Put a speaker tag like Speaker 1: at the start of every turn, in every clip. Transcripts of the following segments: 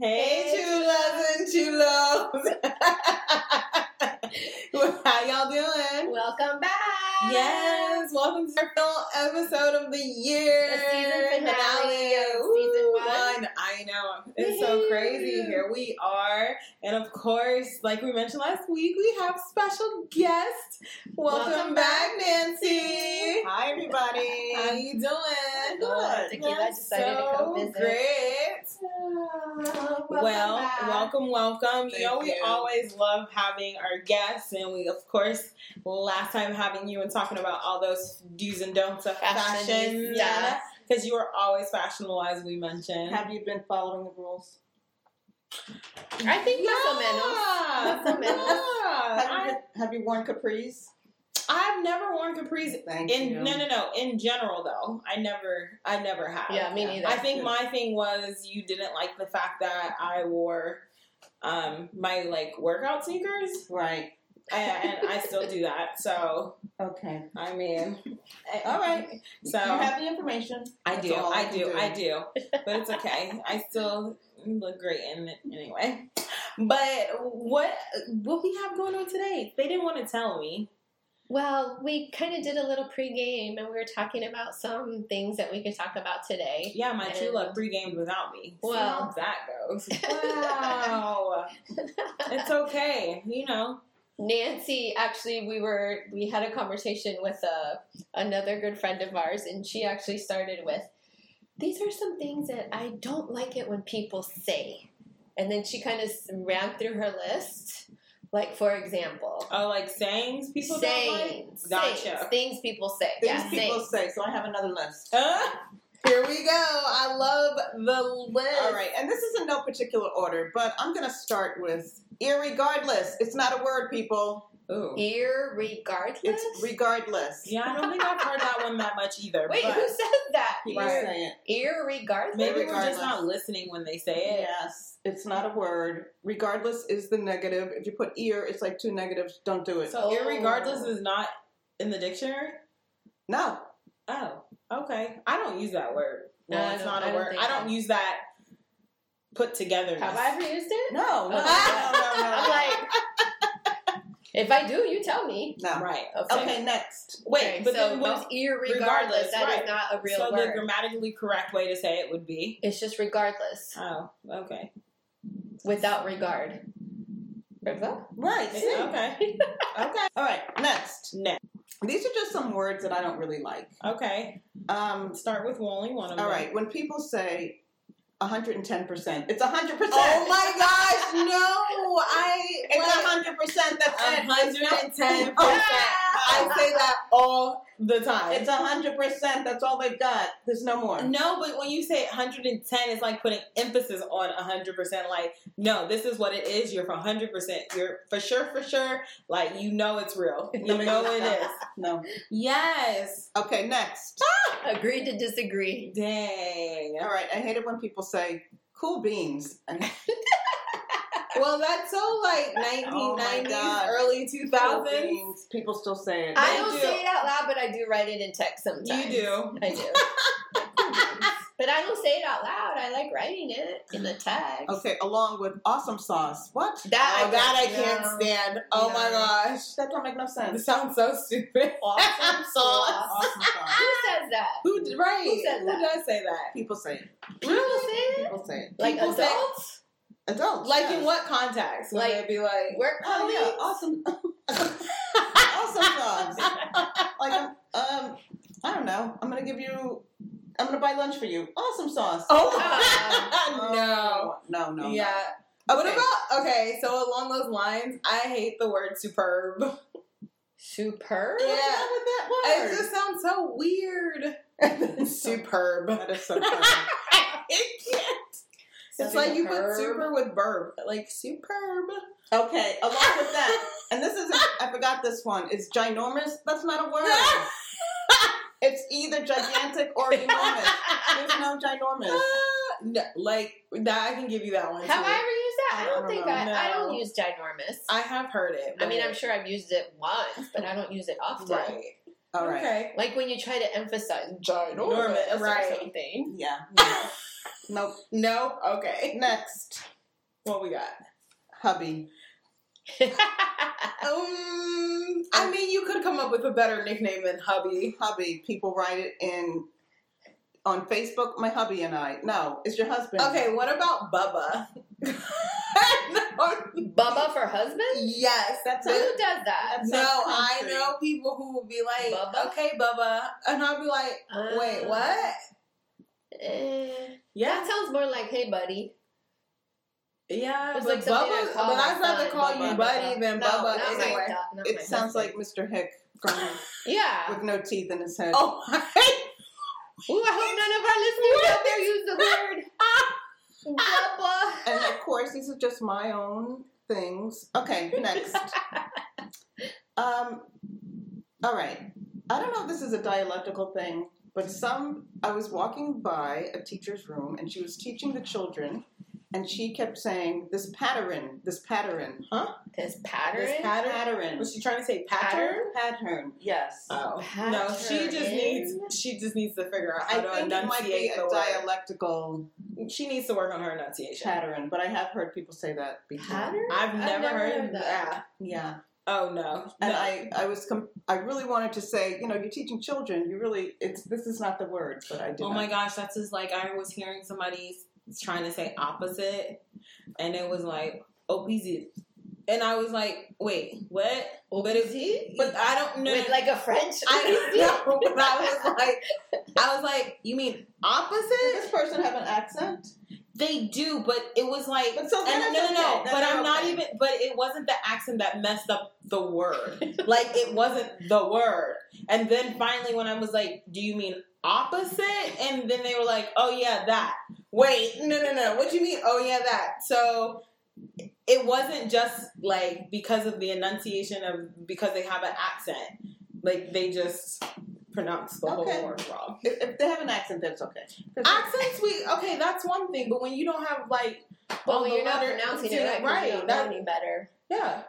Speaker 1: Hey, Chulas and Chulos. How y'all doing?
Speaker 2: Welcome back.
Speaker 1: Yes, welcome to our final episode of the year.
Speaker 2: The season finale of
Speaker 1: Woo,
Speaker 2: season one.
Speaker 1: I know. It's so
Speaker 2: Woohoo.
Speaker 1: crazy. Here we are. And of course, like we mentioned last week, we have special guest. Welcome,
Speaker 2: Welcome
Speaker 1: back, Nancy.
Speaker 3: Hi, everybody.
Speaker 1: How you doing?
Speaker 2: Good. Oh, Tequila
Speaker 1: That's
Speaker 2: decided to
Speaker 1: so
Speaker 2: come visit.
Speaker 1: great.
Speaker 2: Welcome
Speaker 1: well,
Speaker 2: back.
Speaker 1: welcome, welcome.
Speaker 3: Thank
Speaker 1: you know, we
Speaker 3: you.
Speaker 1: always love having our guests, and we, of course, last time having you and talking about all those do's and don'ts of
Speaker 2: Fashionistas.
Speaker 1: fashion. Because you are always fashionable, as we mentioned.
Speaker 3: Have you been following the rules?
Speaker 2: I think muscle menos.
Speaker 1: Yeah.
Speaker 2: Muscle menos.
Speaker 1: Yeah.
Speaker 3: Have you,
Speaker 1: I,
Speaker 3: been- have you worn capris?
Speaker 1: I've never worn capris.
Speaker 3: Thank
Speaker 1: In no, no, no. In general, though, I never, I never have.
Speaker 2: Yeah, me neither.
Speaker 1: I think my thing was you didn't like the fact that I wore um my like workout sneakers
Speaker 3: Right.
Speaker 1: and, and I still do that. So
Speaker 3: Okay.
Speaker 1: I mean, I-
Speaker 3: All right.
Speaker 1: So
Speaker 3: you have the information.
Speaker 1: I
Speaker 3: That's
Speaker 1: do,
Speaker 3: all
Speaker 1: I
Speaker 3: can
Speaker 1: do, I do. But it's okay. I still look great in it anyway. But what what we have going on today? They didn't want to tell me.
Speaker 2: Well, we kind of did a little pregame and we were talking about some things that we could talk about today.
Speaker 1: Yeah, my true
Speaker 2: And-
Speaker 1: love three games without me. See
Speaker 2: Well.
Speaker 1: how that goes. Wow, it's okay. You know,
Speaker 2: Nancy, actually, we were we had a conversation with uh, another good friend of ours, and she actually started with, "These are some things that I don't like it when people say," and then she kind of ran through her list, like for example,
Speaker 1: oh, like sayings people don't like.
Speaker 2: sayings,
Speaker 1: Gotcha.
Speaker 2: sayings, things people say,
Speaker 3: Things
Speaker 2: yeah,
Speaker 3: people
Speaker 2: sayings.
Speaker 3: say. So I have another list.
Speaker 1: Uh, here we go. I love the list.
Speaker 3: All right. And this is in no particular order, but I'm going to start with irregardless. It's not a word, people.
Speaker 1: Ooh.
Speaker 2: Irregardless.
Speaker 3: It's regardless.
Speaker 1: Yeah, I don't think I've heard that one that much either.
Speaker 2: Wait,
Speaker 1: but
Speaker 2: who said that?
Speaker 3: People
Speaker 1: Right.
Speaker 3: say it.
Speaker 2: Irregardless.
Speaker 1: maybe we're just
Speaker 3: Regardless.
Speaker 1: not listening when they say it.
Speaker 3: Yes. It's not a word. Regardless is the negative. If you put ear, it's like two negatives. Don't do it.
Speaker 1: So
Speaker 2: Oh.
Speaker 1: irregardless is not in the dictionary.
Speaker 3: no.
Speaker 1: Oh, okay. I don't use that word. No,
Speaker 2: No, I
Speaker 1: it's
Speaker 2: don't-
Speaker 1: not
Speaker 2: I
Speaker 1: a
Speaker 2: don't
Speaker 1: word.
Speaker 2: think
Speaker 1: I don't
Speaker 2: so.
Speaker 1: use that put together.
Speaker 2: Have I ever used it?
Speaker 3: No. No. no,
Speaker 2: Oh.
Speaker 3: no, no, no.
Speaker 2: I'm like, if I do, you tell me.
Speaker 3: no.
Speaker 1: Right.
Speaker 2: Okay.
Speaker 3: Okay, next.
Speaker 1: Wait,
Speaker 2: Okay,
Speaker 1: but
Speaker 2: so
Speaker 1: then what?
Speaker 2: what's irregardless?
Speaker 1: regardless,
Speaker 2: that is
Speaker 1: right.
Speaker 2: not a real
Speaker 1: So the
Speaker 2: word.
Speaker 1: grammatically correct way to say it would be.
Speaker 2: it's just regardless
Speaker 1: Oh, okay.
Speaker 2: without regard. Remember?
Speaker 3: Right. see?
Speaker 1: Okay. okay.
Speaker 3: All right, next.
Speaker 1: Next.
Speaker 3: These are just some words that I don't really like.
Speaker 1: Okay.
Speaker 3: Um,
Speaker 1: Start with only one of them.
Speaker 3: all right, when people say 110%, it's 100%.
Speaker 1: Oh my gosh, no! I
Speaker 3: It's
Speaker 1: like,
Speaker 3: hundred percent. That's it. It's not-
Speaker 1: 110%.
Speaker 3: Oh,
Speaker 1: I say that all the time.
Speaker 3: It's hundred percent. That's all they've got. There's no more.
Speaker 1: No, but when you say 110, it's like putting emphasis on 100%. Like, no, this is what it is. You're for 100%. You're for sure, for sure. Like, you know it's real. You know it is.
Speaker 3: No.
Speaker 1: Yes.
Speaker 3: Okay, next.
Speaker 2: Agree to disagree.
Speaker 1: Dang.
Speaker 3: All right, I hate it when people say "cool beans." And
Speaker 1: Well, that's so like
Speaker 3: Oh my
Speaker 1: 1990s,
Speaker 3: gosh.
Speaker 1: early
Speaker 3: cool
Speaker 1: 2000s.
Speaker 3: beans. People still say it.
Speaker 2: I don't
Speaker 1: do.
Speaker 2: say it out loud, but I do write it in text
Speaker 1: You
Speaker 2: sometimes.
Speaker 1: do.
Speaker 2: I do. but I don't say it out loud. I like writing it in the text.
Speaker 3: Okay, along with awesome sauce. What?
Speaker 2: That
Speaker 1: Oh,
Speaker 2: I
Speaker 1: that I
Speaker 2: don't
Speaker 1: can't
Speaker 2: know.
Speaker 1: stand. Oh my
Speaker 2: No.
Speaker 1: gosh.
Speaker 3: That don't make no
Speaker 1: That
Speaker 3: sense.
Speaker 1: sounds so stupid.
Speaker 2: Awesome sauce.
Speaker 3: Awesome sauce.
Speaker 2: Who says that?
Speaker 1: Who, d- right.
Speaker 2: Who said that?
Speaker 1: does say that?
Speaker 3: People say it.
Speaker 2: People say it?
Speaker 3: People say it.
Speaker 2: Like
Speaker 1: People say-
Speaker 2: adults?
Speaker 3: Adults.
Speaker 1: Like
Speaker 3: yes.
Speaker 1: in what context? Would
Speaker 2: Like-
Speaker 1: they be like,
Speaker 2: Work
Speaker 3: Oh
Speaker 2: colleagues?
Speaker 3: yeah, awesome, awesome songs. Like, um, um, I don't know. I'm gonna give you. I'm gonna buy lunch for you. Awesome sauce.
Speaker 1: Oh
Speaker 3: Oh,
Speaker 1: no.
Speaker 3: no, no, no.
Speaker 1: yeah. What
Speaker 3: Okay.
Speaker 1: about okay? So along those lines, I hate the word superb.
Speaker 2: Superb?
Speaker 1: Yeah.
Speaker 3: What's wrong with that
Speaker 1: It
Speaker 3: word?
Speaker 1: just sounds so weird. superb.
Speaker 3: that is so funny.
Speaker 1: It can't. It's like you put super with verb, like superb.
Speaker 3: okay, along with that, and this is I forgot this one. It's ginormous. That's not a word. it's either gigantic or enormous. There's no ginormous.
Speaker 1: Uh, no, like that, I can give you that one.
Speaker 2: Have
Speaker 1: too.
Speaker 2: I ever used that? I
Speaker 3: I
Speaker 2: don't
Speaker 3: don't
Speaker 2: think
Speaker 3: know.
Speaker 2: I. I don't
Speaker 1: No.
Speaker 2: use ginormous. I,
Speaker 1: I have heard it.
Speaker 2: mean,
Speaker 1: but-
Speaker 2: I'm sure I've used it once, but I don't use it often.
Speaker 1: right.
Speaker 3: All right.
Speaker 1: Okay.
Speaker 2: Like when you try to emphasize
Speaker 1: Ginormous,
Speaker 2: ginormous
Speaker 1: right.
Speaker 2: or something.
Speaker 3: Yeah. yeah. nope.
Speaker 1: No. Okay.
Speaker 3: Next,
Speaker 1: What we got?
Speaker 3: hubby.
Speaker 1: Um, I mean, you could come up with a better nickname than hubby.
Speaker 3: Hubby. People write it in on Facebook. My hubby and I. No, it's your husband.
Speaker 1: Okay, what about Bubba?
Speaker 2: Bubba for husband?
Speaker 1: yes, that's
Speaker 2: Who
Speaker 1: a
Speaker 2: does that?
Speaker 3: That's
Speaker 1: no.
Speaker 3: sounds
Speaker 1: I
Speaker 3: country.
Speaker 1: know people who will be like,
Speaker 2: Bubba?
Speaker 1: "Okay, Bubba," and I'll be like, "Wait,
Speaker 2: Uh,
Speaker 1: what?"
Speaker 2: eh,
Speaker 1: Yeah,
Speaker 2: That sounds more like, hey, buddy.
Speaker 1: yeah.
Speaker 2: It's
Speaker 1: But
Speaker 2: like something
Speaker 1: Bubba,
Speaker 2: I call
Speaker 1: but
Speaker 2: my
Speaker 1: I'd rather
Speaker 2: son,
Speaker 1: call you
Speaker 2: Bubba,
Speaker 1: Buddy than
Speaker 2: No,
Speaker 1: Bubba
Speaker 2: not like
Speaker 1: anyway.
Speaker 2: that, not
Speaker 3: It
Speaker 2: my
Speaker 3: sounds like
Speaker 2: husband.
Speaker 3: Mr. Hick from
Speaker 2: Yeah.
Speaker 3: with no teeth in his head.
Speaker 1: Oh,
Speaker 2: Ooh, I hope none of our listeners out there use the word.
Speaker 1: Ah!
Speaker 2: Bubba.
Speaker 3: And of course, these are just my own things. Okay, next. um, all right. I don't know if this is a dialectical thing, but some. I was walking by a teacher's room, and she was teaching the children, and she kept saying, "This pattern, this pattern, huh?
Speaker 2: This pattern?
Speaker 1: This pattern?
Speaker 3: pattern,
Speaker 1: was she trying to say pattern?
Speaker 3: pattern. Yes.
Speaker 1: Oh no, she just
Speaker 2: Pattern.
Speaker 1: needs she just needs to figure out
Speaker 3: I
Speaker 1: how to
Speaker 3: think it might be
Speaker 1: enunciate the
Speaker 3: a
Speaker 1: word.
Speaker 3: dialectical
Speaker 1: She needs to work on her enunciation.
Speaker 3: pattern, but I have heard people say that before.
Speaker 2: pattern?
Speaker 1: I've never,
Speaker 2: never
Speaker 1: heard,
Speaker 2: heard
Speaker 1: that.
Speaker 2: that.
Speaker 3: Yeah.
Speaker 1: Oh no.
Speaker 3: And
Speaker 1: No.
Speaker 3: I, I was, com- I really wanted to say, you know, you're teaching children. You really, it's this is not the word, but I did.
Speaker 1: Oh
Speaker 3: not.
Speaker 1: my gosh, that's just like I was hearing somebody s- trying to say opposite, and it was like opposite, and I was like, wait, what? But it's
Speaker 2: Opposite?
Speaker 1: but I don't know.
Speaker 2: With like a French.
Speaker 1: I don't know. But I was like, I was like, you mean
Speaker 3: Did
Speaker 1: opposite?
Speaker 3: this person have an accent?
Speaker 1: They do, but it was like.
Speaker 3: But so
Speaker 1: And
Speaker 3: then
Speaker 1: no,
Speaker 3: it's
Speaker 1: no, no.
Speaker 3: okay. Then
Speaker 1: But
Speaker 3: they're
Speaker 1: I'm not
Speaker 3: okay.
Speaker 1: even. But it wasn't the accent that messed up the word. like it wasn't the word. And then finally, when I was like, "Do you mean opposite?" And then they were like, "Oh yeah, that." Wait, no, no, no. What do you mean? Oh yeah, that. So it wasn't just like because of the enunciation of because they have an accent. Like they just pronounced the
Speaker 3: Okay.
Speaker 1: whole word wrong.
Speaker 3: If, if they have an accent, that's okay. 'Cause
Speaker 1: Accents, we okay. That's one thing. But when you don't have like
Speaker 2: Well,
Speaker 1: all the
Speaker 2: you're not
Speaker 1: letter-
Speaker 2: pronouncing it right.
Speaker 1: right,
Speaker 2: You don't
Speaker 1: that-
Speaker 2: know any better.
Speaker 1: Yeah,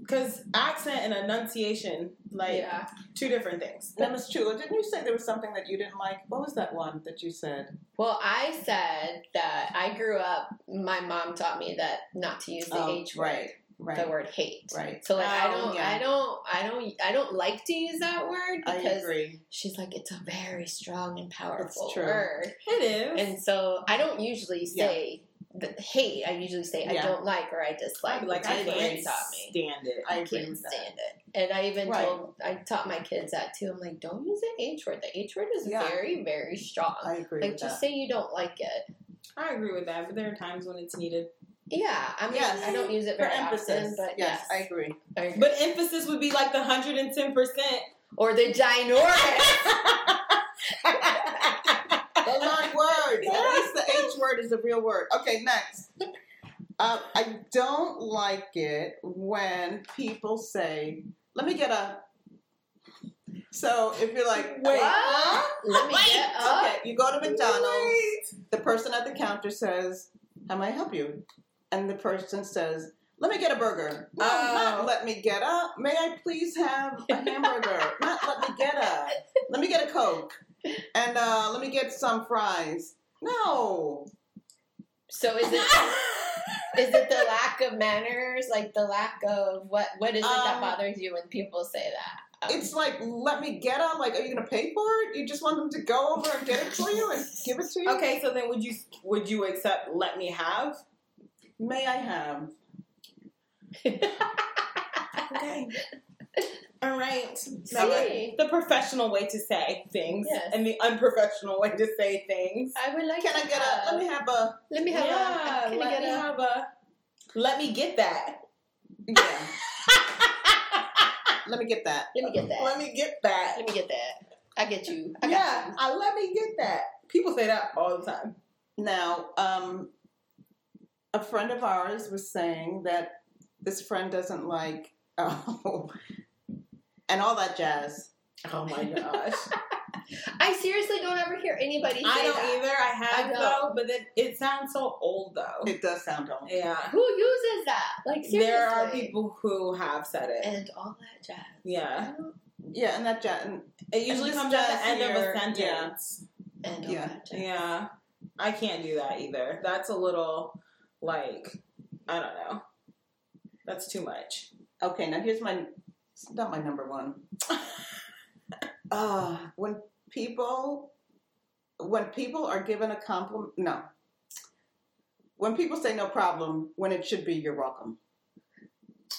Speaker 1: because accent and enunciation, like
Speaker 2: yeah.
Speaker 1: two different things.
Speaker 3: Now, Miss Chula, didn't you say there was something that you didn't like? What was that one that you said?
Speaker 2: Well, I said that I grew up. My mom taught me that not to use the
Speaker 3: Oh,
Speaker 2: H word,
Speaker 3: right, right,
Speaker 2: the word hate.
Speaker 3: right.
Speaker 2: So like, I
Speaker 1: Oh,
Speaker 2: don't,
Speaker 3: yeah.
Speaker 2: I don't, I don't, I don't like to use that word
Speaker 3: I
Speaker 2: because
Speaker 3: agree.
Speaker 2: she's like, it's a very strong and powerful
Speaker 3: true.
Speaker 2: word,
Speaker 1: It is.
Speaker 2: and so I don't usually say the hate. I usually say I
Speaker 3: Yeah.
Speaker 2: don't like or I dislike.
Speaker 1: I'd be like
Speaker 2: which
Speaker 1: I
Speaker 2: is what
Speaker 1: can't
Speaker 2: they taught me.
Speaker 1: stand it.
Speaker 3: I
Speaker 2: I
Speaker 3: agree
Speaker 2: can't
Speaker 3: with that.
Speaker 2: stand it. And I even
Speaker 3: Right.
Speaker 2: told, I taught my kids that too. I'm like, don't use the H word. The H word is
Speaker 3: Yeah.
Speaker 2: very, very strong.
Speaker 3: I agree
Speaker 2: like,
Speaker 3: with
Speaker 2: just
Speaker 3: that.
Speaker 2: say you don't like it.
Speaker 1: I agree with that, but there are times when it's needed.
Speaker 2: Yeah, I mean,
Speaker 3: Yes.
Speaker 2: I don't use it
Speaker 3: For
Speaker 2: very
Speaker 3: emphasis,
Speaker 2: often, but
Speaker 3: yes,
Speaker 2: yes,
Speaker 3: I agree.
Speaker 2: I agree.
Speaker 1: But emphasis would be like the hundred and ten percent.
Speaker 2: or the ginormous.
Speaker 3: The long word. At least the H word is a real word. Okay, next. Uh, I don't like it when people say, let me get a. So if you're like,
Speaker 1: Wait.
Speaker 3: huh?
Speaker 2: Let me get
Speaker 3: Okay,
Speaker 2: up.
Speaker 3: you go to McDonald's, the person at the counter says, how may I help you? And the person says, let me get a burger. No,
Speaker 1: Oh.
Speaker 3: not let me get up. May I please have a hamburger? not let me get up. Let me get a Coke. And uh, let me get some fries. No.
Speaker 2: So is it is it the lack of manners, like the lack of what? What is it
Speaker 3: Um,
Speaker 2: that bothers you when people say that? Um,
Speaker 3: It's like, let me get up. Like, are you going to pay for it? You just want them to go over and get it for you and give it to you?
Speaker 1: Okay, so then would you would you accept let me have?
Speaker 3: May I have?
Speaker 1: Okay. All right.
Speaker 3: Now, like,
Speaker 2: see,
Speaker 1: The professional way to say things
Speaker 2: Yes.
Speaker 1: and the unprofessional way to say things.
Speaker 2: I would like.
Speaker 3: Can
Speaker 2: to
Speaker 3: I get a, let me have a,
Speaker 2: Let me have
Speaker 1: yeah,
Speaker 2: a. Can I
Speaker 1: let
Speaker 2: get
Speaker 1: me
Speaker 2: a?
Speaker 1: have a. Let me get that.
Speaker 3: yeah. let me get that.
Speaker 2: Let me get that.
Speaker 1: Let me get that.
Speaker 2: Let me get that. I get you. I got
Speaker 1: yeah,
Speaker 2: you.
Speaker 1: I let me get that. People say that all the time.
Speaker 3: Now, um, a friend of ours was saying that this friend doesn't like, oh, and all that jazz.
Speaker 1: Oh my gosh.
Speaker 2: I seriously don't ever hear anybody say
Speaker 1: I don't
Speaker 2: that.
Speaker 1: either. I have
Speaker 2: I know.
Speaker 1: though, but it, it sounds so old though.
Speaker 3: It does sound old.
Speaker 1: yeah.
Speaker 2: Who uses that? Like seriously.
Speaker 1: There are people who have said it.
Speaker 2: and all that jazz.
Speaker 1: Yeah.
Speaker 2: I don't-
Speaker 3: Yeah, and that ja- and
Speaker 1: It usually
Speaker 3: just
Speaker 1: comes at the end of
Speaker 3: here,
Speaker 1: a
Speaker 3: yeah.
Speaker 1: sentence.
Speaker 2: And
Speaker 3: Yeah.
Speaker 1: Yeah. I can't do that either. That's a little like I don't know. That's too much.
Speaker 3: Okay, now here's my it's not my number one. uh, when people when people are given a compliment, no. When people say no problem, when it should be you're welcome.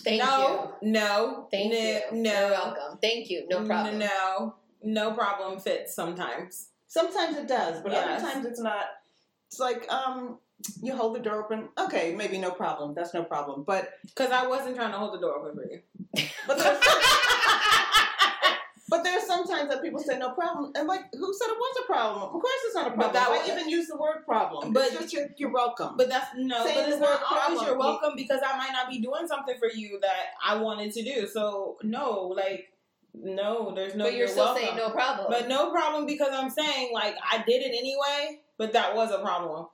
Speaker 2: Thank
Speaker 1: no, no,
Speaker 2: you. Thank
Speaker 1: no,
Speaker 2: you.
Speaker 1: No,
Speaker 2: You're welcome. Thank you. No problem.
Speaker 1: No, no problem fits sometimes.
Speaker 3: Sometimes it does, but
Speaker 1: Yes.
Speaker 3: other times it's not. It's like um, you hold the door open. Okay, maybe no problem. That's no problem. But
Speaker 1: Because I wasn't trying to hold the door open for you.
Speaker 3: but there's but there's sometimes that people say no problem, and like who said it was a problem? Of course, it's not a problem.
Speaker 1: But that
Speaker 3: Why
Speaker 1: was-
Speaker 3: even use the word problem?
Speaker 1: But-
Speaker 3: it's just you're, you're welcome.
Speaker 1: But that's no,
Speaker 3: Saying
Speaker 1: but
Speaker 3: the
Speaker 1: it's not
Speaker 3: word
Speaker 1: always
Speaker 3: problem.
Speaker 1: you're welcome because I might not be doing something for you that I wanted to do. So no, like no, there's no.
Speaker 2: but you're,
Speaker 1: you're
Speaker 2: still
Speaker 1: welcome.
Speaker 2: saying no problem.
Speaker 1: But no problem because I'm saying like I did it anyway, but that was a problem.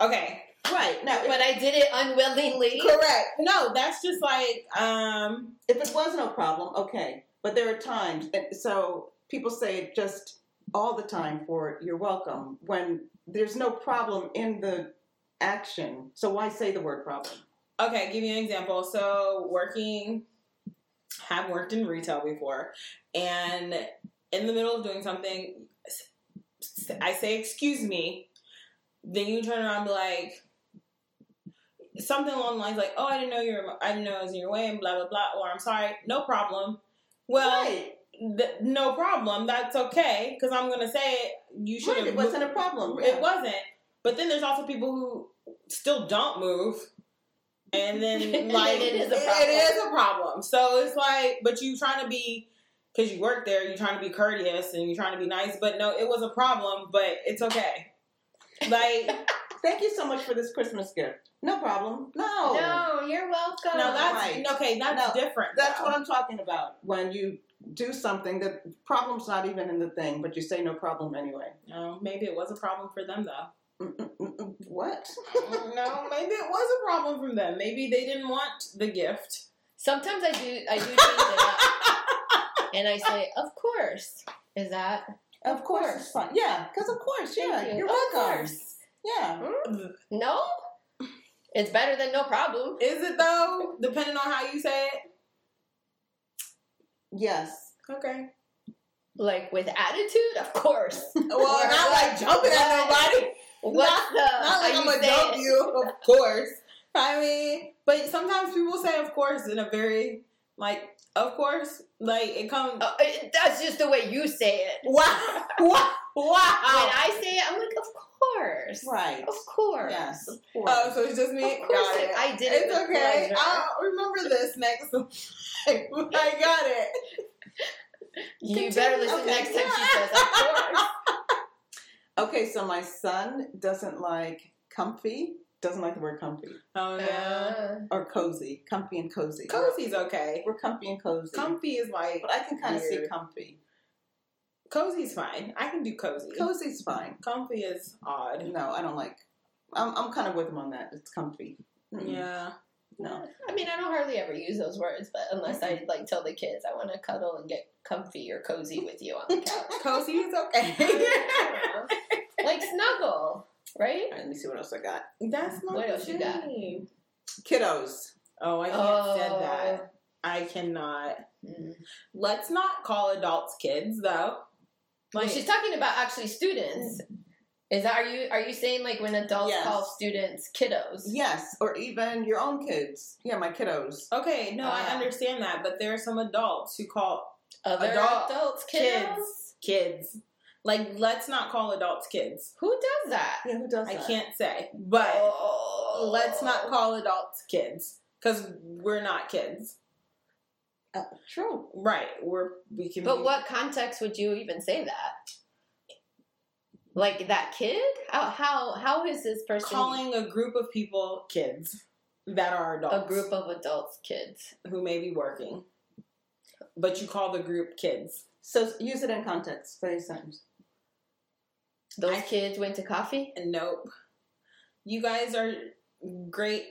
Speaker 1: Okay.
Speaker 3: right now,
Speaker 2: but I did it unwillingly.
Speaker 1: Correct. No, that's just like um
Speaker 3: if it was no problem, okay. But there are times, and so people say it just all the time for "you're welcome" when there's no problem in the action. So why say the word problem?
Speaker 1: okay, give you an example. So working have worked in retail before and in the middle of doing something s- s- I say excuse me, then you turn around and be like something along the lines like, "Oh, I didn't know you were I didn't know I was in your way and blah blah blah," or "I'm sorry, no problem." Well,
Speaker 3: right,
Speaker 1: th- no problem. That's okay because I'm gonna say it. You should
Speaker 3: right.
Speaker 1: have.
Speaker 3: It wasn't a problem.
Speaker 1: It wasn't. But then there's also people who still don't move, and then
Speaker 2: And
Speaker 1: like
Speaker 2: it is a
Speaker 1: it-
Speaker 2: problem.
Speaker 1: it is a problem. So it's like, but you trying to be because you work there, you're trying to be courteous and you're trying to be nice. But no, it was a problem. But it's okay. Like
Speaker 3: Thank you so much for this Christmas gift. No problem. No.
Speaker 2: No, you're welcome.
Speaker 1: now that's
Speaker 3: Right.
Speaker 1: okay. That's
Speaker 3: No,
Speaker 1: different.
Speaker 3: That's
Speaker 1: though.
Speaker 3: what I'm talking about. When you do something, the problem's not even in the thing, but you say no problem anyway.
Speaker 1: No, maybe it was a problem for them though.
Speaker 3: Mm-mm-mm-mm. mm, What?
Speaker 1: Mm, no, maybe it was a problem from them. Maybe they didn't want the gift.
Speaker 2: Sometimes I do I do change it up. and I say, Of course. Is that
Speaker 3: Of course, it's fine. Yeah, because of course, yeah,
Speaker 2: Thank you.
Speaker 3: you. are
Speaker 2: Of
Speaker 3: welcome.
Speaker 2: course.
Speaker 3: Yeah,
Speaker 2: no? It's better than no problem.
Speaker 1: Is it though? Depending on how you say it.
Speaker 3: yes.
Speaker 1: Okay.
Speaker 2: Like with attitude, of course.
Speaker 1: Well,
Speaker 2: Or
Speaker 1: not like jumping at
Speaker 2: What?
Speaker 1: nobody.
Speaker 2: What's
Speaker 1: Not-
Speaker 2: the
Speaker 1: Not like
Speaker 2: are
Speaker 1: I'm
Speaker 2: you
Speaker 1: gonna
Speaker 2: saying-
Speaker 1: jump you, of course. I mean, but sometimes people say "of course" in a very like "of course," like it comes.
Speaker 2: Uh, it- that's just the way you say it.
Speaker 1: Wow! Wow!
Speaker 2: When
Speaker 1: Wow!
Speaker 2: I say it, I'm like, of course.
Speaker 3: Right.
Speaker 2: Of course.
Speaker 3: Yes. Uh, Of course.
Speaker 1: Oh, so it's just me.
Speaker 2: Of course
Speaker 1: Got
Speaker 2: it-
Speaker 1: it.
Speaker 2: I did it
Speaker 1: It's
Speaker 2: with
Speaker 1: okay.
Speaker 2: pleasure.
Speaker 1: I'll remember this next. time. I got it.
Speaker 2: You
Speaker 1: Continue.
Speaker 2: better listen
Speaker 3: Okay.
Speaker 2: next time she says, of course.
Speaker 3: okay, so my son doesn't like comfy. Doesn't like the word comfy
Speaker 1: Oh yeah.
Speaker 2: Uh,
Speaker 3: or cozy. Comfy and cozy.
Speaker 1: Cozy's okay.
Speaker 3: We're comfy and cozy.
Speaker 1: Comfy is like
Speaker 3: but I can kind of see
Speaker 1: Weird.
Speaker 3: comfy.
Speaker 1: cozy's fine. I can do cozy.
Speaker 3: Cozy's fine.
Speaker 1: Comfy is odd.
Speaker 3: No, I don't like. I'm, I'm kind of with him on that. It's comfy.
Speaker 2: Mm.
Speaker 3: Mm-mm.
Speaker 1: Yeah.
Speaker 3: No.
Speaker 2: I mean, I don't hardly ever use those words, but unless I like tell the kids I want to cuddle and get comfy or cozy with you on the couch.
Speaker 1: Cozy is okay.
Speaker 2: I don't know. like snuggle, right?
Speaker 3: All right, let me see what else I got.
Speaker 1: That's my
Speaker 2: What else you got?
Speaker 1: thing.
Speaker 3: Kiddos.
Speaker 1: Oh, I can't
Speaker 2: Oh.
Speaker 1: send that. Mm-hmm. I cannot.
Speaker 2: Mm.
Speaker 1: Let's not call adults kids though.
Speaker 2: Well,
Speaker 1: Like,
Speaker 2: she's talking about actually students. Is that are you are you saying like when adults
Speaker 3: Yes.
Speaker 2: call students kiddos?
Speaker 3: Yes, or even your own kids. Yeah, my kiddos.
Speaker 1: okay, no, I
Speaker 2: Ah.
Speaker 1: understand that, but there are some adults who call
Speaker 2: Other
Speaker 1: Adult
Speaker 2: adults kiddos.
Speaker 1: kids kids. Like, let's not call adults kids.
Speaker 2: Who does that?
Speaker 3: Yeah, who does
Speaker 1: I
Speaker 3: that?
Speaker 1: can't say, but
Speaker 2: Oh.
Speaker 1: let's not call adults kids because we're not kids,
Speaker 3: Uh, true.
Speaker 1: right? We're we can.
Speaker 2: But
Speaker 1: be-
Speaker 2: what context would you even say that? Like that kid? How how, how is this person
Speaker 1: calling a group of people kids that are adults?
Speaker 2: a group of adults kids?
Speaker 1: who may be working, but you call the group kids.
Speaker 3: So use it in context. Say something.
Speaker 2: Those
Speaker 1: I-
Speaker 2: kids went to coffee.
Speaker 1: And nope, you guys are great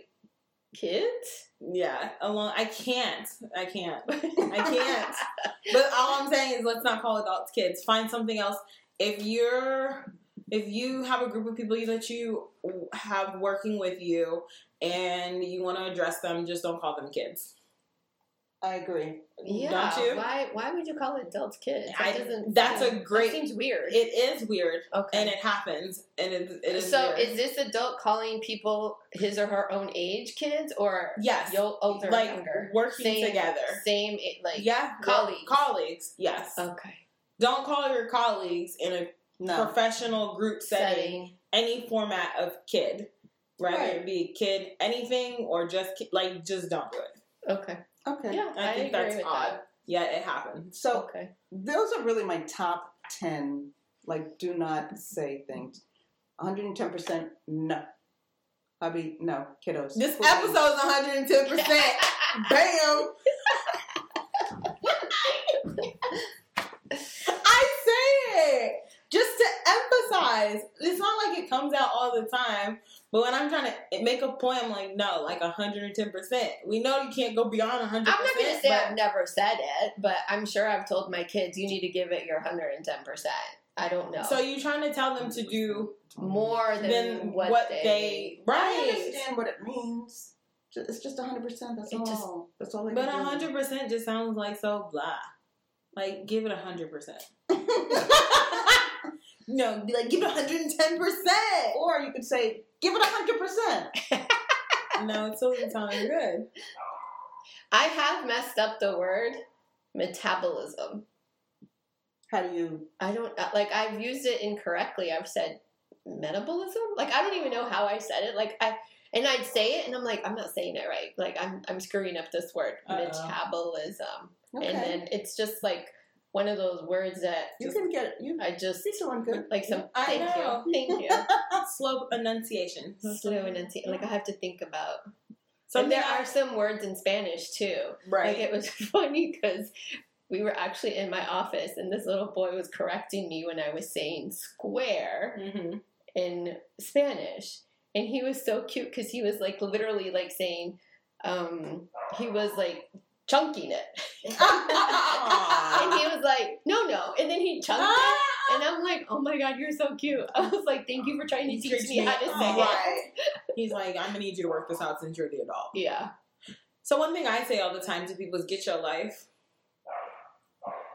Speaker 2: Kids?
Speaker 1: Yeah, alone. I can't. I can't. I can't. but all I'm saying is, let's not call adults kids. Find something else. If you're, if you have a group of people that you have working with you, and you want to address them, just don't call them kids.
Speaker 3: I agree.
Speaker 2: Yeah.
Speaker 1: Don't you?
Speaker 2: Why why would you call adults kids? That
Speaker 1: I-
Speaker 2: doesn't
Speaker 1: that's a
Speaker 2: seem-
Speaker 1: great-
Speaker 2: that seems weird.
Speaker 1: It is weird,
Speaker 2: okay.
Speaker 1: and it happens, and it, it is.
Speaker 2: so
Speaker 1: weird.
Speaker 2: is this adult calling people his or her own age kids or
Speaker 1: Yes.
Speaker 2: yo- older
Speaker 1: like
Speaker 2: younger?
Speaker 1: working
Speaker 2: Same-
Speaker 1: together.
Speaker 2: Same a- like
Speaker 1: yeah,
Speaker 2: colleagues.
Speaker 1: Colleagues. Yes.
Speaker 2: okay.
Speaker 1: don't call your colleagues in a
Speaker 3: No.
Speaker 1: professional group setting
Speaker 2: Setting.
Speaker 1: any format of kid, right?
Speaker 3: Right.
Speaker 1: It be kid anything or just ki- like just don't do it.
Speaker 2: Okay.
Speaker 3: Okay.
Speaker 2: Yeah, I,
Speaker 1: I, think
Speaker 2: agree
Speaker 1: that's
Speaker 2: with
Speaker 1: odd.
Speaker 2: that.
Speaker 1: Yeah, it happens.
Speaker 3: So
Speaker 2: Okay.
Speaker 3: those are really my top 10 like do not say things 110% no hubby no kiddos
Speaker 1: This
Speaker 3: Cool.
Speaker 1: episode is 110. percent Bam. I say it just to emphasize. It's not like it comes out all the time, but when I'm trying to make a point, I'm like, no, like 110. percent We know you can't go beyond 100.
Speaker 2: I'm not gonna say I've never said it, but I'm sure I've told my kids you need to give it your hundred and ten percent. I don't know.
Speaker 1: So you're trying to tell them to do
Speaker 3: Mm-hmm.
Speaker 2: more than,
Speaker 1: than
Speaker 2: what, they,
Speaker 3: i
Speaker 1: right?
Speaker 3: understand what it means Ju- it's just 100% that's
Speaker 2: It
Speaker 3: all
Speaker 2: just-
Speaker 3: that's all they
Speaker 1: But
Speaker 3: can do.
Speaker 1: hundred percent just sounds like so blah. Like give it hundred percent. No, be like give it hundred and ten percent.
Speaker 3: or you could say give it 100%
Speaker 1: No, it doesn't sound good.
Speaker 2: I have messed up the word metabolism.
Speaker 3: how do you
Speaker 2: I don't uh, like I've used it incorrectly. I've said metabolism. Like I don't even know how I said it. Like I and I'd say it and I'm like I'm not saying it right. Like I'm I'm screwing up this word
Speaker 1: Uh-oh.
Speaker 2: metabolism.
Speaker 3: okay
Speaker 2: And then it's just like one of those words that
Speaker 3: you can get you
Speaker 2: I just
Speaker 3: she's doing good
Speaker 2: like some
Speaker 1: I
Speaker 2: thank
Speaker 1: know.
Speaker 2: you. Thank you.
Speaker 1: Slow enunciation.
Speaker 2: Slow and unti- like I have to think about.
Speaker 1: So
Speaker 2: and there are some words in Spanish too.
Speaker 1: right.
Speaker 2: Like it was funny because we were actually in my office and this little boy was correcting me when I was saying square
Speaker 1: Mhm.
Speaker 2: in Spanish. And he was so cute because he was like literally like saying, um, he was like chunking it. and he was like, no, no. And then he chunked it.
Speaker 1: Ah!
Speaker 2: And I'm like, oh my God, you're so cute. I was like, thank you for trying to
Speaker 1: You
Speaker 2: teach
Speaker 1: tricked
Speaker 2: me
Speaker 1: me. Oh,
Speaker 2: how to say it.
Speaker 3: Right.
Speaker 1: He's like, I'm gonna need you to work this out since you're the adult.
Speaker 2: Yeah.
Speaker 1: So one thing I say all the time to people is get your life.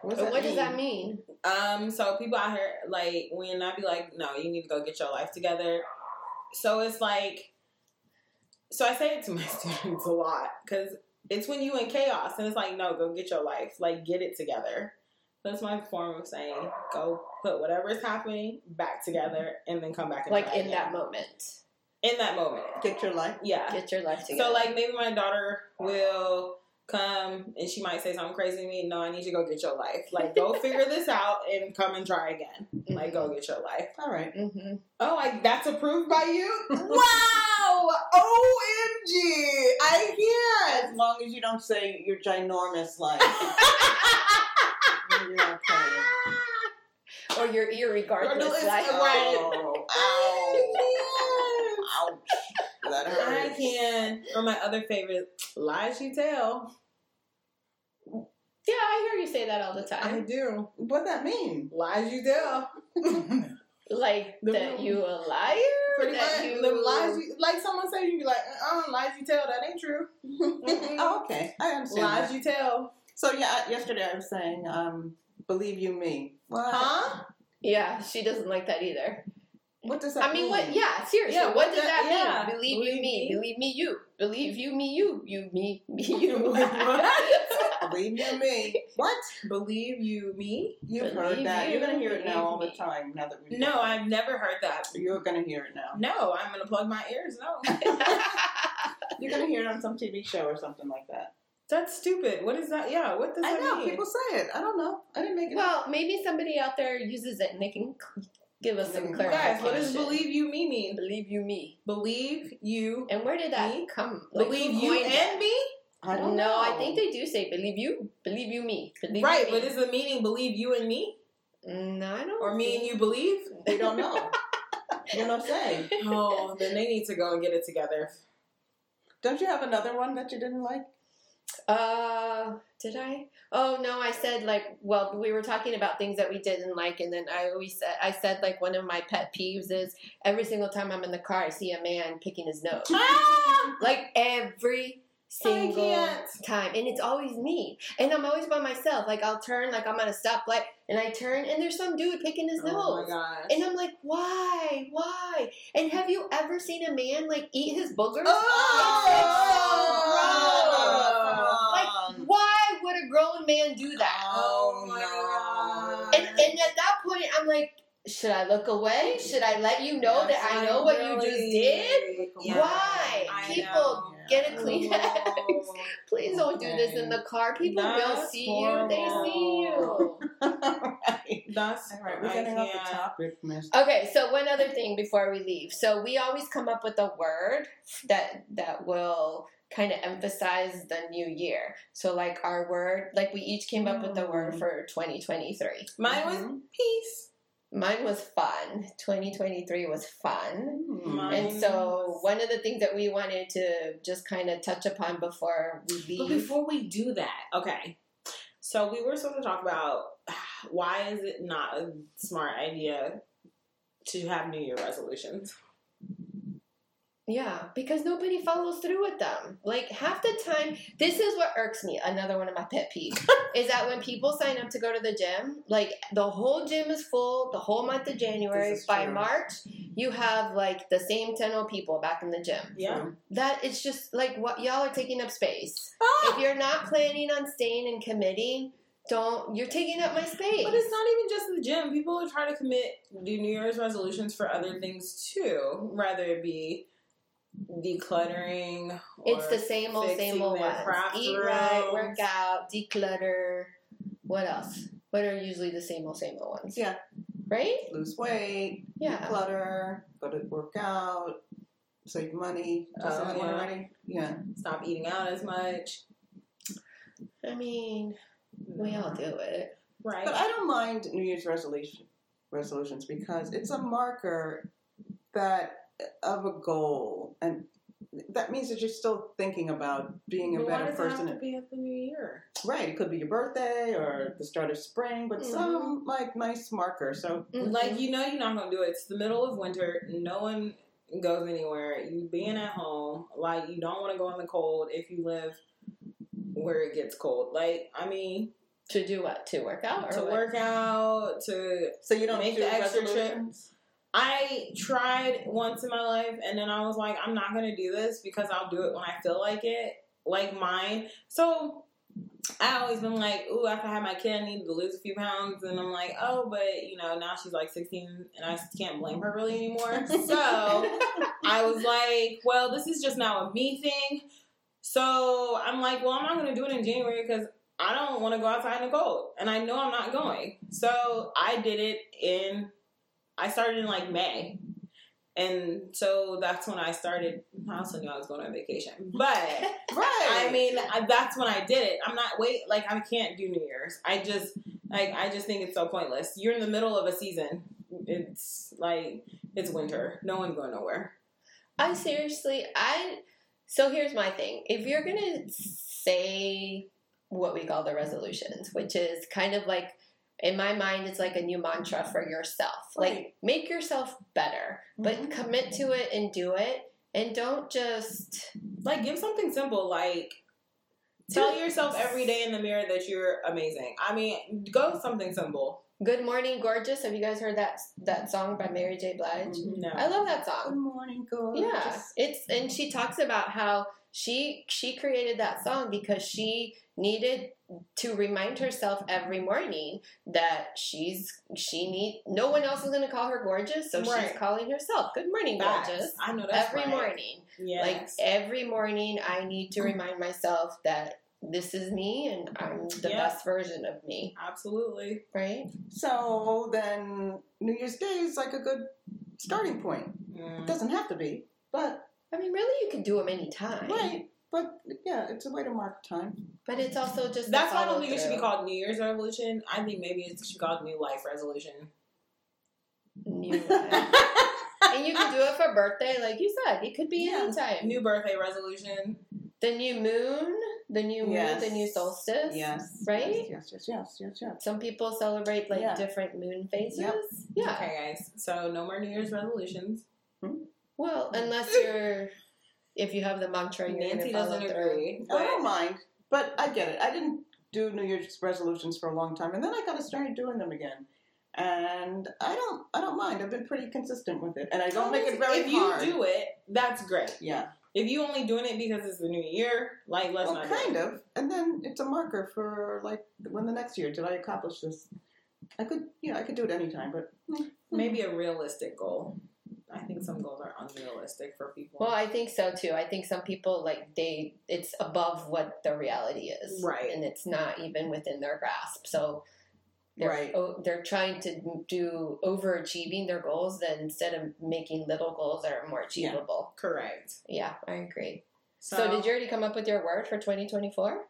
Speaker 3: What's
Speaker 2: But what does
Speaker 3: mean?
Speaker 2: that mean?
Speaker 1: Um, so people out here like when I be like, no, you need to go get your life together. So it's like, so I say it to my students a lot because it's when you in chaos and it's like, no, go get your life, like get it together. That's my form of saying go put whatever is happening back together and then come back and
Speaker 2: Like
Speaker 1: try
Speaker 2: in
Speaker 1: again.
Speaker 2: that moment,
Speaker 1: in that moment,
Speaker 3: get your life
Speaker 1: yeah.
Speaker 2: get your life together.
Speaker 1: So like maybe my daughter will come and she might say something crazy to me. No, I need you to go get your life. Like go figure this out and come and try again. Like go get your life.
Speaker 3: all right
Speaker 2: Mm-hmm.
Speaker 1: Oh, like that's approved by you? wow! OMG!
Speaker 3: I hear. As long as you don't say your ginormous life. You're okay.
Speaker 2: or your irregardless
Speaker 1: Regardless,
Speaker 2: life.
Speaker 1: right.
Speaker 2: oh.
Speaker 3: Ow.
Speaker 1: I
Speaker 3: Ow. oh, Ouch. That
Speaker 1: can. I
Speaker 3: hurts.
Speaker 1: can. Or my other favorite, lies you tell.
Speaker 2: Yeah, I hear you say that all the
Speaker 1: I
Speaker 2: time.
Speaker 1: do.
Speaker 3: What that mean?
Speaker 1: Lies you tell.
Speaker 2: like
Speaker 1: The-
Speaker 2: that you a liar.
Speaker 1: Pretty
Speaker 2: that
Speaker 1: much.
Speaker 2: you-
Speaker 1: The lies you, like someone say, you be like, uh-uh, lies you tell, that ain't true. Mm-mm.
Speaker 3: oh, okay. I understand.
Speaker 1: lies
Speaker 3: that.
Speaker 1: you tell.
Speaker 3: So yeah, I- yesterday I was saying, um, believe you me. What?
Speaker 1: Huh?
Speaker 2: Yeah, she doesn't like that either.
Speaker 3: What does that
Speaker 2: I mean,
Speaker 3: mean?
Speaker 2: what? Yeah, seriously.
Speaker 1: Yeah,
Speaker 2: what,
Speaker 1: what
Speaker 2: does
Speaker 1: the-
Speaker 2: that,
Speaker 1: yeah.
Speaker 2: mean? Believe, you
Speaker 1: Believe
Speaker 2: me.
Speaker 1: me.
Speaker 2: Believe me you. Believe you me you. You me me you.
Speaker 1: Wait, what?
Speaker 3: Believe you me. What?
Speaker 1: Believe you me?
Speaker 3: You've
Speaker 2: Believe
Speaker 3: heard that.
Speaker 2: you,
Speaker 3: You're gonna hear it now all the
Speaker 2: believe me.
Speaker 3: time. Now that we
Speaker 1: No, I've never heard that.
Speaker 3: You're gonna hear it now.
Speaker 1: No, I'm gonna plug my ears. No.
Speaker 3: You're gonna hear it on some TV show or something like that.
Speaker 1: That's stupid. What is that? Yeah, what does
Speaker 3: I
Speaker 1: that
Speaker 3: know.
Speaker 1: mean?
Speaker 3: People say it. I don't know. I didn't make it. up.
Speaker 2: well, maybe somebody out there uses it and they can c- give us some
Speaker 3: Guys,
Speaker 1: Guys,
Speaker 2: clarification.
Speaker 1: what does believe you me mean?
Speaker 2: Believe you me.
Speaker 1: Believe you.
Speaker 2: And where did that
Speaker 1: Me?
Speaker 2: come? like, who
Speaker 1: believe you
Speaker 2: coined that?
Speaker 1: and me?
Speaker 3: I don't
Speaker 2: no,
Speaker 3: know.
Speaker 2: I think they do say believe you, believe you me, believe you
Speaker 1: right,
Speaker 2: me."
Speaker 1: but is the meaning believe you and me?
Speaker 2: no, I don't.
Speaker 1: Or me and you believe?
Speaker 3: they don't know. you know what I'm saying?
Speaker 1: Oh, then they need to go and get it together.
Speaker 3: Don't you have another one that you didn't like?
Speaker 2: Uh, did I? Oh no, I said like, well, we were talking about things that we didn't like, and then I always said, I said like one of my pet peeves is every single time I'm in the car, I see a man picking his nose,
Speaker 1: Ah!
Speaker 2: like every single
Speaker 1: can't.
Speaker 2: time, and it's always me, and I'm always by myself. Like I'll turn, like I'm at a stoplight, and I turn, and there's some dude picking his
Speaker 3: Oh
Speaker 2: nose.
Speaker 3: my gosh.
Speaker 2: And I'm like, why? Why? And have you ever seen a man like eat his boogers?
Speaker 3: Oh!
Speaker 2: Like, why would a grown man do that?
Speaker 3: Oh,
Speaker 1: my
Speaker 3: no.
Speaker 1: God.
Speaker 2: And, and at that point, I'm like, should I look away? Should I let you know
Speaker 3: Yes,
Speaker 2: that I
Speaker 1: I
Speaker 2: know what you
Speaker 1: really-
Speaker 2: just did?
Speaker 1: Yeah.
Speaker 2: Why?
Speaker 1: I
Speaker 2: People,
Speaker 1: know.
Speaker 2: get a clean
Speaker 1: Oh.
Speaker 2: Please don't do this in the car. People will
Speaker 1: That's
Speaker 2: see you. They see you.
Speaker 1: horrible. That's
Speaker 3: All right, we're getting off the topic, Miss.
Speaker 2: Okay, so one other thing before we leave. So we always come up with a word that that will kind of emphasize the new year. So like our word, like we each came up with a word for 2023.
Speaker 1: Mine was peace.
Speaker 2: Mine was fun. 2023 was fun.
Speaker 3: Mhm.
Speaker 2: And so one of the things that we wanted to just kind of touch upon before we leave.
Speaker 1: But before we do that, okay. So we were supposed to talk about why is it not a smart idea to have New Year resolutions?
Speaker 2: Yeah, because nobody follows through with them. Like half the time, this is what irks me. Another one of my pet peeves is that when people sign up to go to the gym, like the whole gym is full the whole month of January.
Speaker 3: This is
Speaker 2: By
Speaker 3: true.
Speaker 2: March, you have like the same 10 old people back in the gym.
Speaker 1: Yeah.
Speaker 2: That is just like what y'all are taking up space.
Speaker 3: Ah!
Speaker 2: If you're not planning on staying and committing, don't, you're taking up my space.
Speaker 1: But it's not even just in the gym. People who try to commit do New Year's resolutions for other things too, rather it be decluttering. Or
Speaker 2: It's the same old, same
Speaker 1: fixing
Speaker 2: old
Speaker 1: their
Speaker 2: ones.
Speaker 1: craft
Speaker 2: Eat right,
Speaker 1: rooms.
Speaker 2: work out, declutter. What else? What are usually the same old, same old ones?
Speaker 3: Yeah.
Speaker 2: Right?
Speaker 3: Lose weight,
Speaker 2: Yeah.
Speaker 3: clutter, go to work out, save money. Is
Speaker 1: Oh,
Speaker 3: that one
Speaker 1: yeah.
Speaker 3: already? Yeah.
Speaker 1: Stop eating out as much.
Speaker 2: I mean, we all do it.
Speaker 1: Right.
Speaker 3: But I don't mind New Year's resolution resolutions because it's a marker that of a goal, and that means that you're still thinking about being a
Speaker 1: But why
Speaker 3: better
Speaker 1: does it have
Speaker 3: person.
Speaker 1: to be at the New Year?
Speaker 3: right? It could be your birthday or the start of spring, but
Speaker 2: Mhm.
Speaker 1: Mm-hmm.
Speaker 3: some like nice marker. So
Speaker 2: Mm-hmm.
Speaker 1: Like you know you're not gonna do it. It's the middle of winter. No one goes anywhere. You being at home, like you don't want to go in the cold if you live where it gets cold. Like I mean,
Speaker 2: to do what? To work out? Or
Speaker 1: to
Speaker 2: what?
Speaker 1: work out. To
Speaker 3: so you don't
Speaker 1: Make
Speaker 3: do
Speaker 1: the extra trip.
Speaker 3: resolutions?
Speaker 1: I tried once in my life, and then I was like, I'm not gonna do this because I'll do it when I feel like it, like mine. So I always been like, ooh, after I had my kid, I needed to lose a few pounds, and I'm like, oh, but you know, now she's like 16, and I can't blame her really anymore. So. I was like, well, this is just now a me thing. So I'm like, well, I'm not going to do it in January because I don't want to go outside in the cold. And I know I'm not going. So I did it in, I started in like May. And so that's when I started. I also knew I was going on vacation. But.
Speaker 3: right.
Speaker 1: I mean, I, that's when I did it. I'm not wait like I can't do New Year's. I just like I just think it's so pointless. You're in the middle of a season. It's like it's winter. No one's going nowhere.
Speaker 2: I seriously, I. So here's my thing. If you're gonna say what we call the resolutions, which is kind of like, in my mind, it's like a new mantra for yourself. Like,
Speaker 3: Right.
Speaker 2: make yourself better, but
Speaker 3: Mhm.
Speaker 2: commit to it and do it, and don't just.
Speaker 1: Like give something simple. Like tell yourself every day in the mirror that you're amazing. I mean, go something simple.
Speaker 2: Good morning, gorgeous. Have you guys heard that that song by Mary J. Blige?
Speaker 1: No.
Speaker 2: I love that
Speaker 3: Good
Speaker 2: song.
Speaker 3: morning,
Speaker 1: Oh,
Speaker 3: girl.
Speaker 2: Yeah, it's and she talks about how she she created that song because she needed to remind herself every morning that she's she need no one else is going to call her gorgeous, so
Speaker 1: Right.
Speaker 2: she's calling herself good morning
Speaker 1: Facts.
Speaker 2: gorgeous
Speaker 1: I know that's
Speaker 2: every
Speaker 1: right.
Speaker 2: morning. eh
Speaker 1: Yes.
Speaker 2: Like every morning, I need to remind myself that this is me and I'm the
Speaker 1: Yeah.
Speaker 2: best version of me,
Speaker 1: Absolutely.
Speaker 2: right?
Speaker 3: So then New Year's Day is like a good starting point. It
Speaker 1: Mm.
Speaker 3: doesn't have to be, but
Speaker 2: I mean, really, you can do them anytime,
Speaker 3: right. But yeah, it's a way to mark time.
Speaker 2: But it's also just the
Speaker 1: That's why I don't
Speaker 2: follow
Speaker 1: think it should be
Speaker 2: through.
Speaker 1: called New Year's resolution. I think maybe it should be called New Life resolution.
Speaker 2: New Life. and you can do it for birthday, like you said. It could be
Speaker 1: Yeah.
Speaker 2: anytime.
Speaker 1: New birthday resolution.
Speaker 2: The new moon, the new
Speaker 3: Yes.
Speaker 2: moon, the new solstice.
Speaker 3: Yes.
Speaker 2: Right?
Speaker 3: Yes, yes, yes, yes, yes.
Speaker 2: Some people celebrate like
Speaker 3: Yeah.
Speaker 2: different moon phases.
Speaker 3: Yep.
Speaker 2: Yeah.
Speaker 1: Okay, guys. So no more New Year's resolutions.
Speaker 2: Well, unless you're, if you have the mantra, you're
Speaker 1: Nancy
Speaker 2: gonna follow
Speaker 1: doesn't
Speaker 2: through.
Speaker 1: agree.
Speaker 3: I don't
Speaker 2: Oh,
Speaker 1: But
Speaker 3: mind, but I get it. I didn't do New Year's resolutions for a long time, and then I kind of started doing them again. And I don't, I don't mind. I've been pretty consistent with it, and I don't make it very
Speaker 1: if
Speaker 3: hard.
Speaker 1: you do it, that's great.
Speaker 3: yeah,
Speaker 1: If you only doing it because it's the new year, like let's
Speaker 3: well,
Speaker 1: not do it.
Speaker 3: kind of. And then it's a marker for like when the next year did I accomplish this? I could, you know, I could do it anytime, but
Speaker 1: maybe a realistic goal. I think some goals are unrealistic for people.
Speaker 2: Well, I think so too. I think some people like they it's above what the reality is,
Speaker 1: Right.
Speaker 2: And it's not even within their grasp. So, they're,
Speaker 3: Right.
Speaker 2: oh, they're trying to do overachieving their goals then instead of making little goals that are more achievable.
Speaker 1: Correct.
Speaker 2: Yeah, I agree. So, did you already come up with your word for 2024?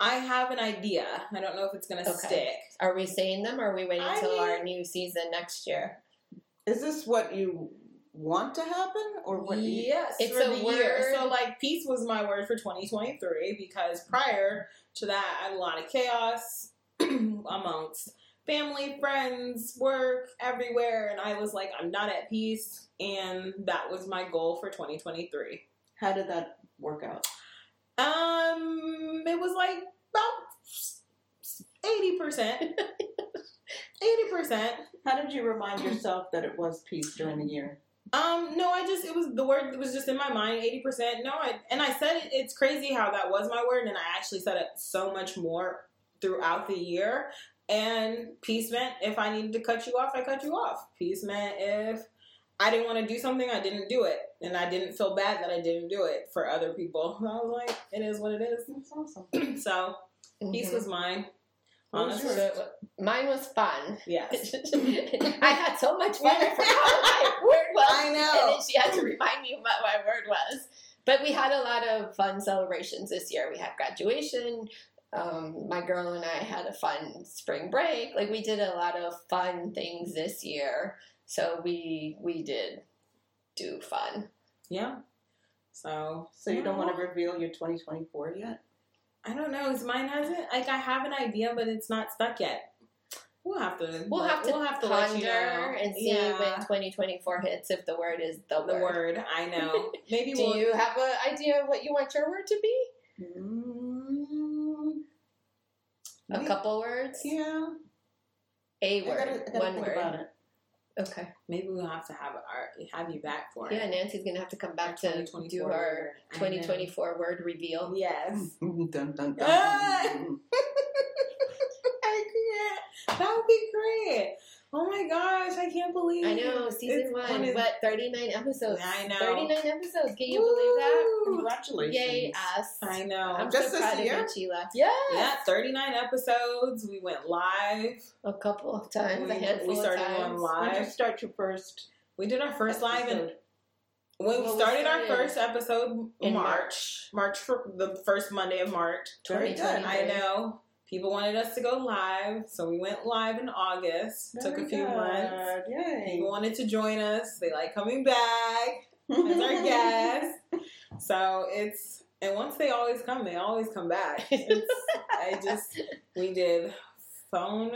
Speaker 1: I have an idea. I don't know if it's gonna
Speaker 2: Okay.
Speaker 1: stick.
Speaker 2: Are we saying them? Or are we waiting
Speaker 1: I
Speaker 2: till
Speaker 1: mean-
Speaker 2: our new season next year?
Speaker 3: is this what you want to happen, or what? You,
Speaker 1: Yes,
Speaker 2: It's
Speaker 1: for
Speaker 2: a
Speaker 1: the year.
Speaker 2: word.
Speaker 1: So like peace was my word for 2023 because prior to that I had a lot of chaos amongst family, friends, work, everywhere and I was like I'm not at peace and that was my goal for 2023.
Speaker 3: how did that work out?
Speaker 1: Um, it was like about eighty percent. Eighty percent.
Speaker 3: How did you remind yourself that it was peace during the year?
Speaker 1: Um, no, I just it was the word that was just in my mind. Eighty percent. No, I and I said it, it's crazy how that was my word, and I actually said it so much more throughout the year. And peace meant if I needed to cut you off, I cut you off. Peace meant if I didn't want to do something, I didn't do it, and I didn't feel bad that I didn't do it for other people. I was like, it is what it
Speaker 3: That's awesome.
Speaker 1: is. so. Peace
Speaker 2: Mhm.
Speaker 1: was mine.
Speaker 3: What was
Speaker 1: Honestly,
Speaker 3: yours?
Speaker 2: Mine was fun.
Speaker 1: yes.
Speaker 2: I had so much fun. I forgot what my word was.
Speaker 3: I know.
Speaker 2: And then she had to remind me what my word was. But we had a lot of fun celebrations this year. We had graduation. Um, my girl and I had a fun spring break. Like we did a lot of fun things this year. So we we did do fun.
Speaker 1: Yeah. So
Speaker 3: So you don't want to reveal your 2024 yet?
Speaker 1: I don't know. Is mine hasn't like I have an idea, but it's not stuck yet. We'll have to.
Speaker 2: We'll have to
Speaker 1: let
Speaker 2: ponder
Speaker 1: you know.
Speaker 2: and see
Speaker 1: Yeah.
Speaker 2: when 2024 hits if the word is the,
Speaker 1: the word. I know. Maybe
Speaker 2: Do
Speaker 1: we'll.
Speaker 2: you have an idea of what you want your word to be?
Speaker 3: Mm,
Speaker 2: A
Speaker 3: we-
Speaker 2: couple words?
Speaker 3: Yeah.
Speaker 2: A
Speaker 3: I
Speaker 2: word.
Speaker 3: gotta, I gotta
Speaker 2: one
Speaker 3: think
Speaker 2: word.
Speaker 3: about it.
Speaker 2: Okay.
Speaker 1: Maybe we'll have to have our have you back for
Speaker 2: Yeah,
Speaker 1: it.
Speaker 2: Nancy's gonna have to come back
Speaker 1: Our
Speaker 2: to
Speaker 1: 2024
Speaker 2: do our
Speaker 1: word. I know.
Speaker 2: 2024 word reveal.
Speaker 1: Yes.
Speaker 3: Mm, dun, dun, dun.
Speaker 1: Ah! I can't. That would be great. Oh my gosh! I can't believe.
Speaker 2: I know, season
Speaker 1: It's
Speaker 2: one,
Speaker 1: one is-
Speaker 2: what 39 episodes?
Speaker 1: I know.
Speaker 2: 39 episodes. Can you believe
Speaker 1: Woo!
Speaker 3: Congratulations.
Speaker 2: that? Yay,
Speaker 3: uh,
Speaker 2: us!
Speaker 1: I know.
Speaker 2: I'm
Speaker 3: Just
Speaker 2: so
Speaker 3: this
Speaker 2: proud
Speaker 3: year?
Speaker 2: of you, Sheila. Yeah,
Speaker 1: yeah, 39 episodes. We went live.
Speaker 2: a couple of times,
Speaker 1: We-
Speaker 2: a handful
Speaker 1: we started
Speaker 2: of
Speaker 1: going
Speaker 2: times.
Speaker 1: live.
Speaker 3: When did you start your first
Speaker 1: We did our first live and
Speaker 3: episode?
Speaker 1: when
Speaker 2: Well,
Speaker 1: we
Speaker 2: we
Speaker 1: started our
Speaker 2: started
Speaker 1: first episode
Speaker 2: in
Speaker 1: March, March for the first Monday of March.
Speaker 3: Very good.
Speaker 2: 2020.
Speaker 1: I know people wanted us to go live, so we went live in August. Took a
Speaker 3: Very
Speaker 1: few
Speaker 3: good.
Speaker 1: months.
Speaker 3: Yay.
Speaker 1: People wanted to join us. They like coming back as our guests. So it's and once they always come, they always come back. It's, I just we did phone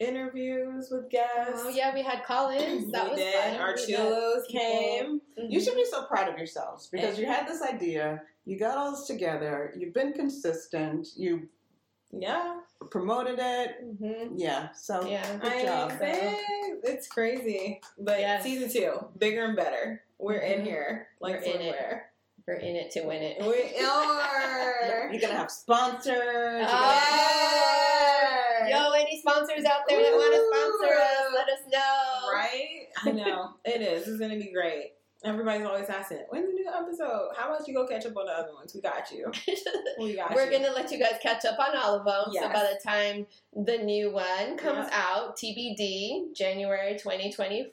Speaker 1: interviews with guests.
Speaker 2: Oh yeah, we had Collins. That
Speaker 1: we
Speaker 2: was
Speaker 1: did.
Speaker 2: fun.
Speaker 1: Our
Speaker 2: We did.
Speaker 1: chulos came.
Speaker 2: Mhm.
Speaker 3: You should be so proud of yourselves because you had this idea, you got all this together, you've been consistent, you
Speaker 1: Yeah,
Speaker 3: promoted it.
Speaker 2: Mhm.
Speaker 3: Yeah,
Speaker 1: Oh.
Speaker 3: so
Speaker 2: Yeah.
Speaker 3: Good
Speaker 1: I
Speaker 3: job.
Speaker 1: say it's crazy, but
Speaker 2: Yes.
Speaker 1: season two, bigger and better. We're in
Speaker 2: Mhm.
Speaker 1: here, like
Speaker 2: We're in it.
Speaker 1: footwear.
Speaker 2: We're in it to win it.
Speaker 1: We are.
Speaker 3: you're going to have sponsors. you're
Speaker 1: Ah,
Speaker 3: gonna-
Speaker 1: Yes.
Speaker 2: Yo, any sponsors out there that want to sponsor us, let us know.
Speaker 1: Right? I know it is. It's gonna be great. Everybody's always asking, when's the new episode? How about you go catch up on the other ones? We got you. We got
Speaker 2: We're
Speaker 1: you.
Speaker 2: going to let you guys catch up on all of them. So
Speaker 1: Yes.
Speaker 2: by the time the new one comes out, TBD, January 2024,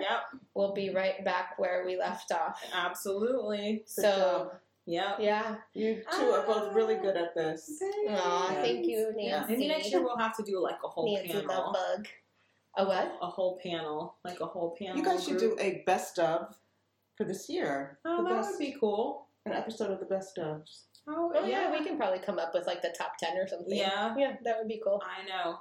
Speaker 1: Yep,
Speaker 2: we'll be right back where we left off.
Speaker 1: absolutely.
Speaker 3: Good
Speaker 2: so,
Speaker 1: Yep.
Speaker 2: yeah.
Speaker 3: You two are both really good at this.
Speaker 2: Aw, thank you,
Speaker 3: Yeah.
Speaker 2: Nancy.
Speaker 1: Maybe next year we'll have to do like a whole
Speaker 2: Nancy the
Speaker 1: panel.
Speaker 2: bug. A what?
Speaker 1: a whole panel, like a whole panel.
Speaker 3: You guys should do
Speaker 1: group.
Speaker 3: a best of for this year.
Speaker 1: Oh,
Speaker 3: The
Speaker 1: that
Speaker 3: best-
Speaker 1: would be cool.
Speaker 3: an episode of the best ofs.
Speaker 1: Oh,
Speaker 2: Oh yeah, we can probably come up with like the top ten or something.
Speaker 1: Yeah.
Speaker 2: yeah, that would be cool.
Speaker 1: I know.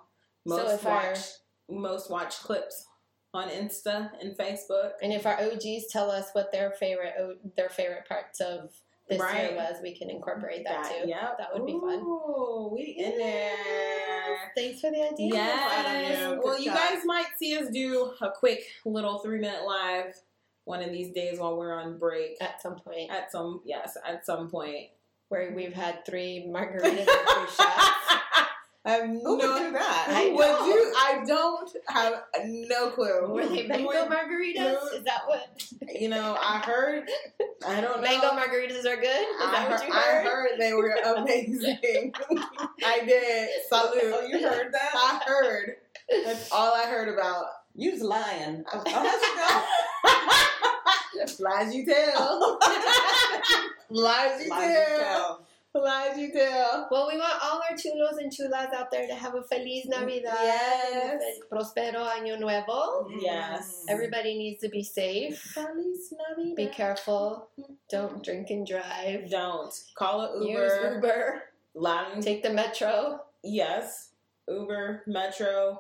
Speaker 2: So
Speaker 1: Most
Speaker 2: if our-
Speaker 1: watch most watch clips on Insta and Facebook.
Speaker 2: And if our OGs tell us what their favorite o- their favorite parts of this
Speaker 1: Right.
Speaker 2: year was, we can incorporate that, too.
Speaker 1: Yep.
Speaker 2: That would be fun.
Speaker 1: Ooh, we in there.
Speaker 2: Thanks for the idea.
Speaker 1: Yes.
Speaker 3: you. Good
Speaker 1: Well, you
Speaker 3: job.
Speaker 1: guys might see us do a quick little three minute live one of these days while we're on break.
Speaker 2: At some point,
Speaker 1: At some yes, at some point.
Speaker 2: where we've had three margaritas and three shots.
Speaker 1: I'm
Speaker 3: Who would
Speaker 1: no,
Speaker 3: do that?
Speaker 2: I
Speaker 3: Who
Speaker 2: know.
Speaker 3: would you? I don't have no clue.
Speaker 2: Were they mango
Speaker 3: Who would-
Speaker 2: margaritas? Is that what?
Speaker 1: you know, I heard I don't know.
Speaker 2: Mango margaritas are good? Is
Speaker 3: I,
Speaker 1: Uh-huh.
Speaker 2: that what
Speaker 3: heard,
Speaker 2: you
Speaker 3: I
Speaker 2: heard?
Speaker 3: heard they were amazing. I did. Salute.
Speaker 1: Oh, you heard
Speaker 3: that? I heard. That's all I heard about. You was lying. Oh, that's Lies you tell.
Speaker 2: Oh.
Speaker 3: Lies you tell. Lies you tell.
Speaker 2: Well, we want all our chulos and chulas out there to have a feliz Navidad.
Speaker 1: Mm, Yes.
Speaker 2: Fel- Prospero Año Nuevo.
Speaker 1: Yes.
Speaker 3: Mm-hmm.
Speaker 2: Everybody needs to be safe.
Speaker 1: Feliz Navidad.
Speaker 2: Be careful. Don't drink and drive.
Speaker 1: Don't call a
Speaker 2: Use
Speaker 1: Uber.
Speaker 2: Uber.
Speaker 1: Latin.
Speaker 2: Take the metro.
Speaker 1: yes. Uber, Metro.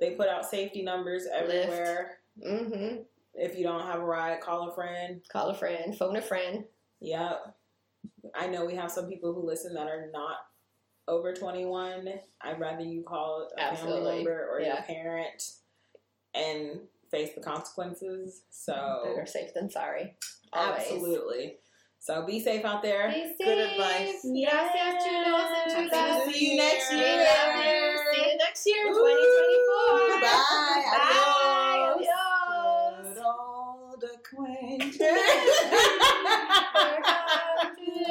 Speaker 1: They put out safety numbers everywhere.
Speaker 2: Mm-hmm.
Speaker 1: If you don't have a ride, call a friend.
Speaker 2: Call a friend. Phone a friend.
Speaker 1: Yep. I know we have some people who listen that are not over 21. I'd rather you call a
Speaker 2: Absolutely.
Speaker 1: family member or your
Speaker 2: Yeah.
Speaker 1: parent and face the consequences. So,
Speaker 2: Better safe than sorry. Always.
Speaker 1: Oh. absolutely. So, be safe out there.
Speaker 2: Be safe.
Speaker 3: Good advice.
Speaker 2: Gracias, chulos and
Speaker 1: Yes.
Speaker 2: chulas.
Speaker 1: See you next
Speaker 2: Happy
Speaker 1: year.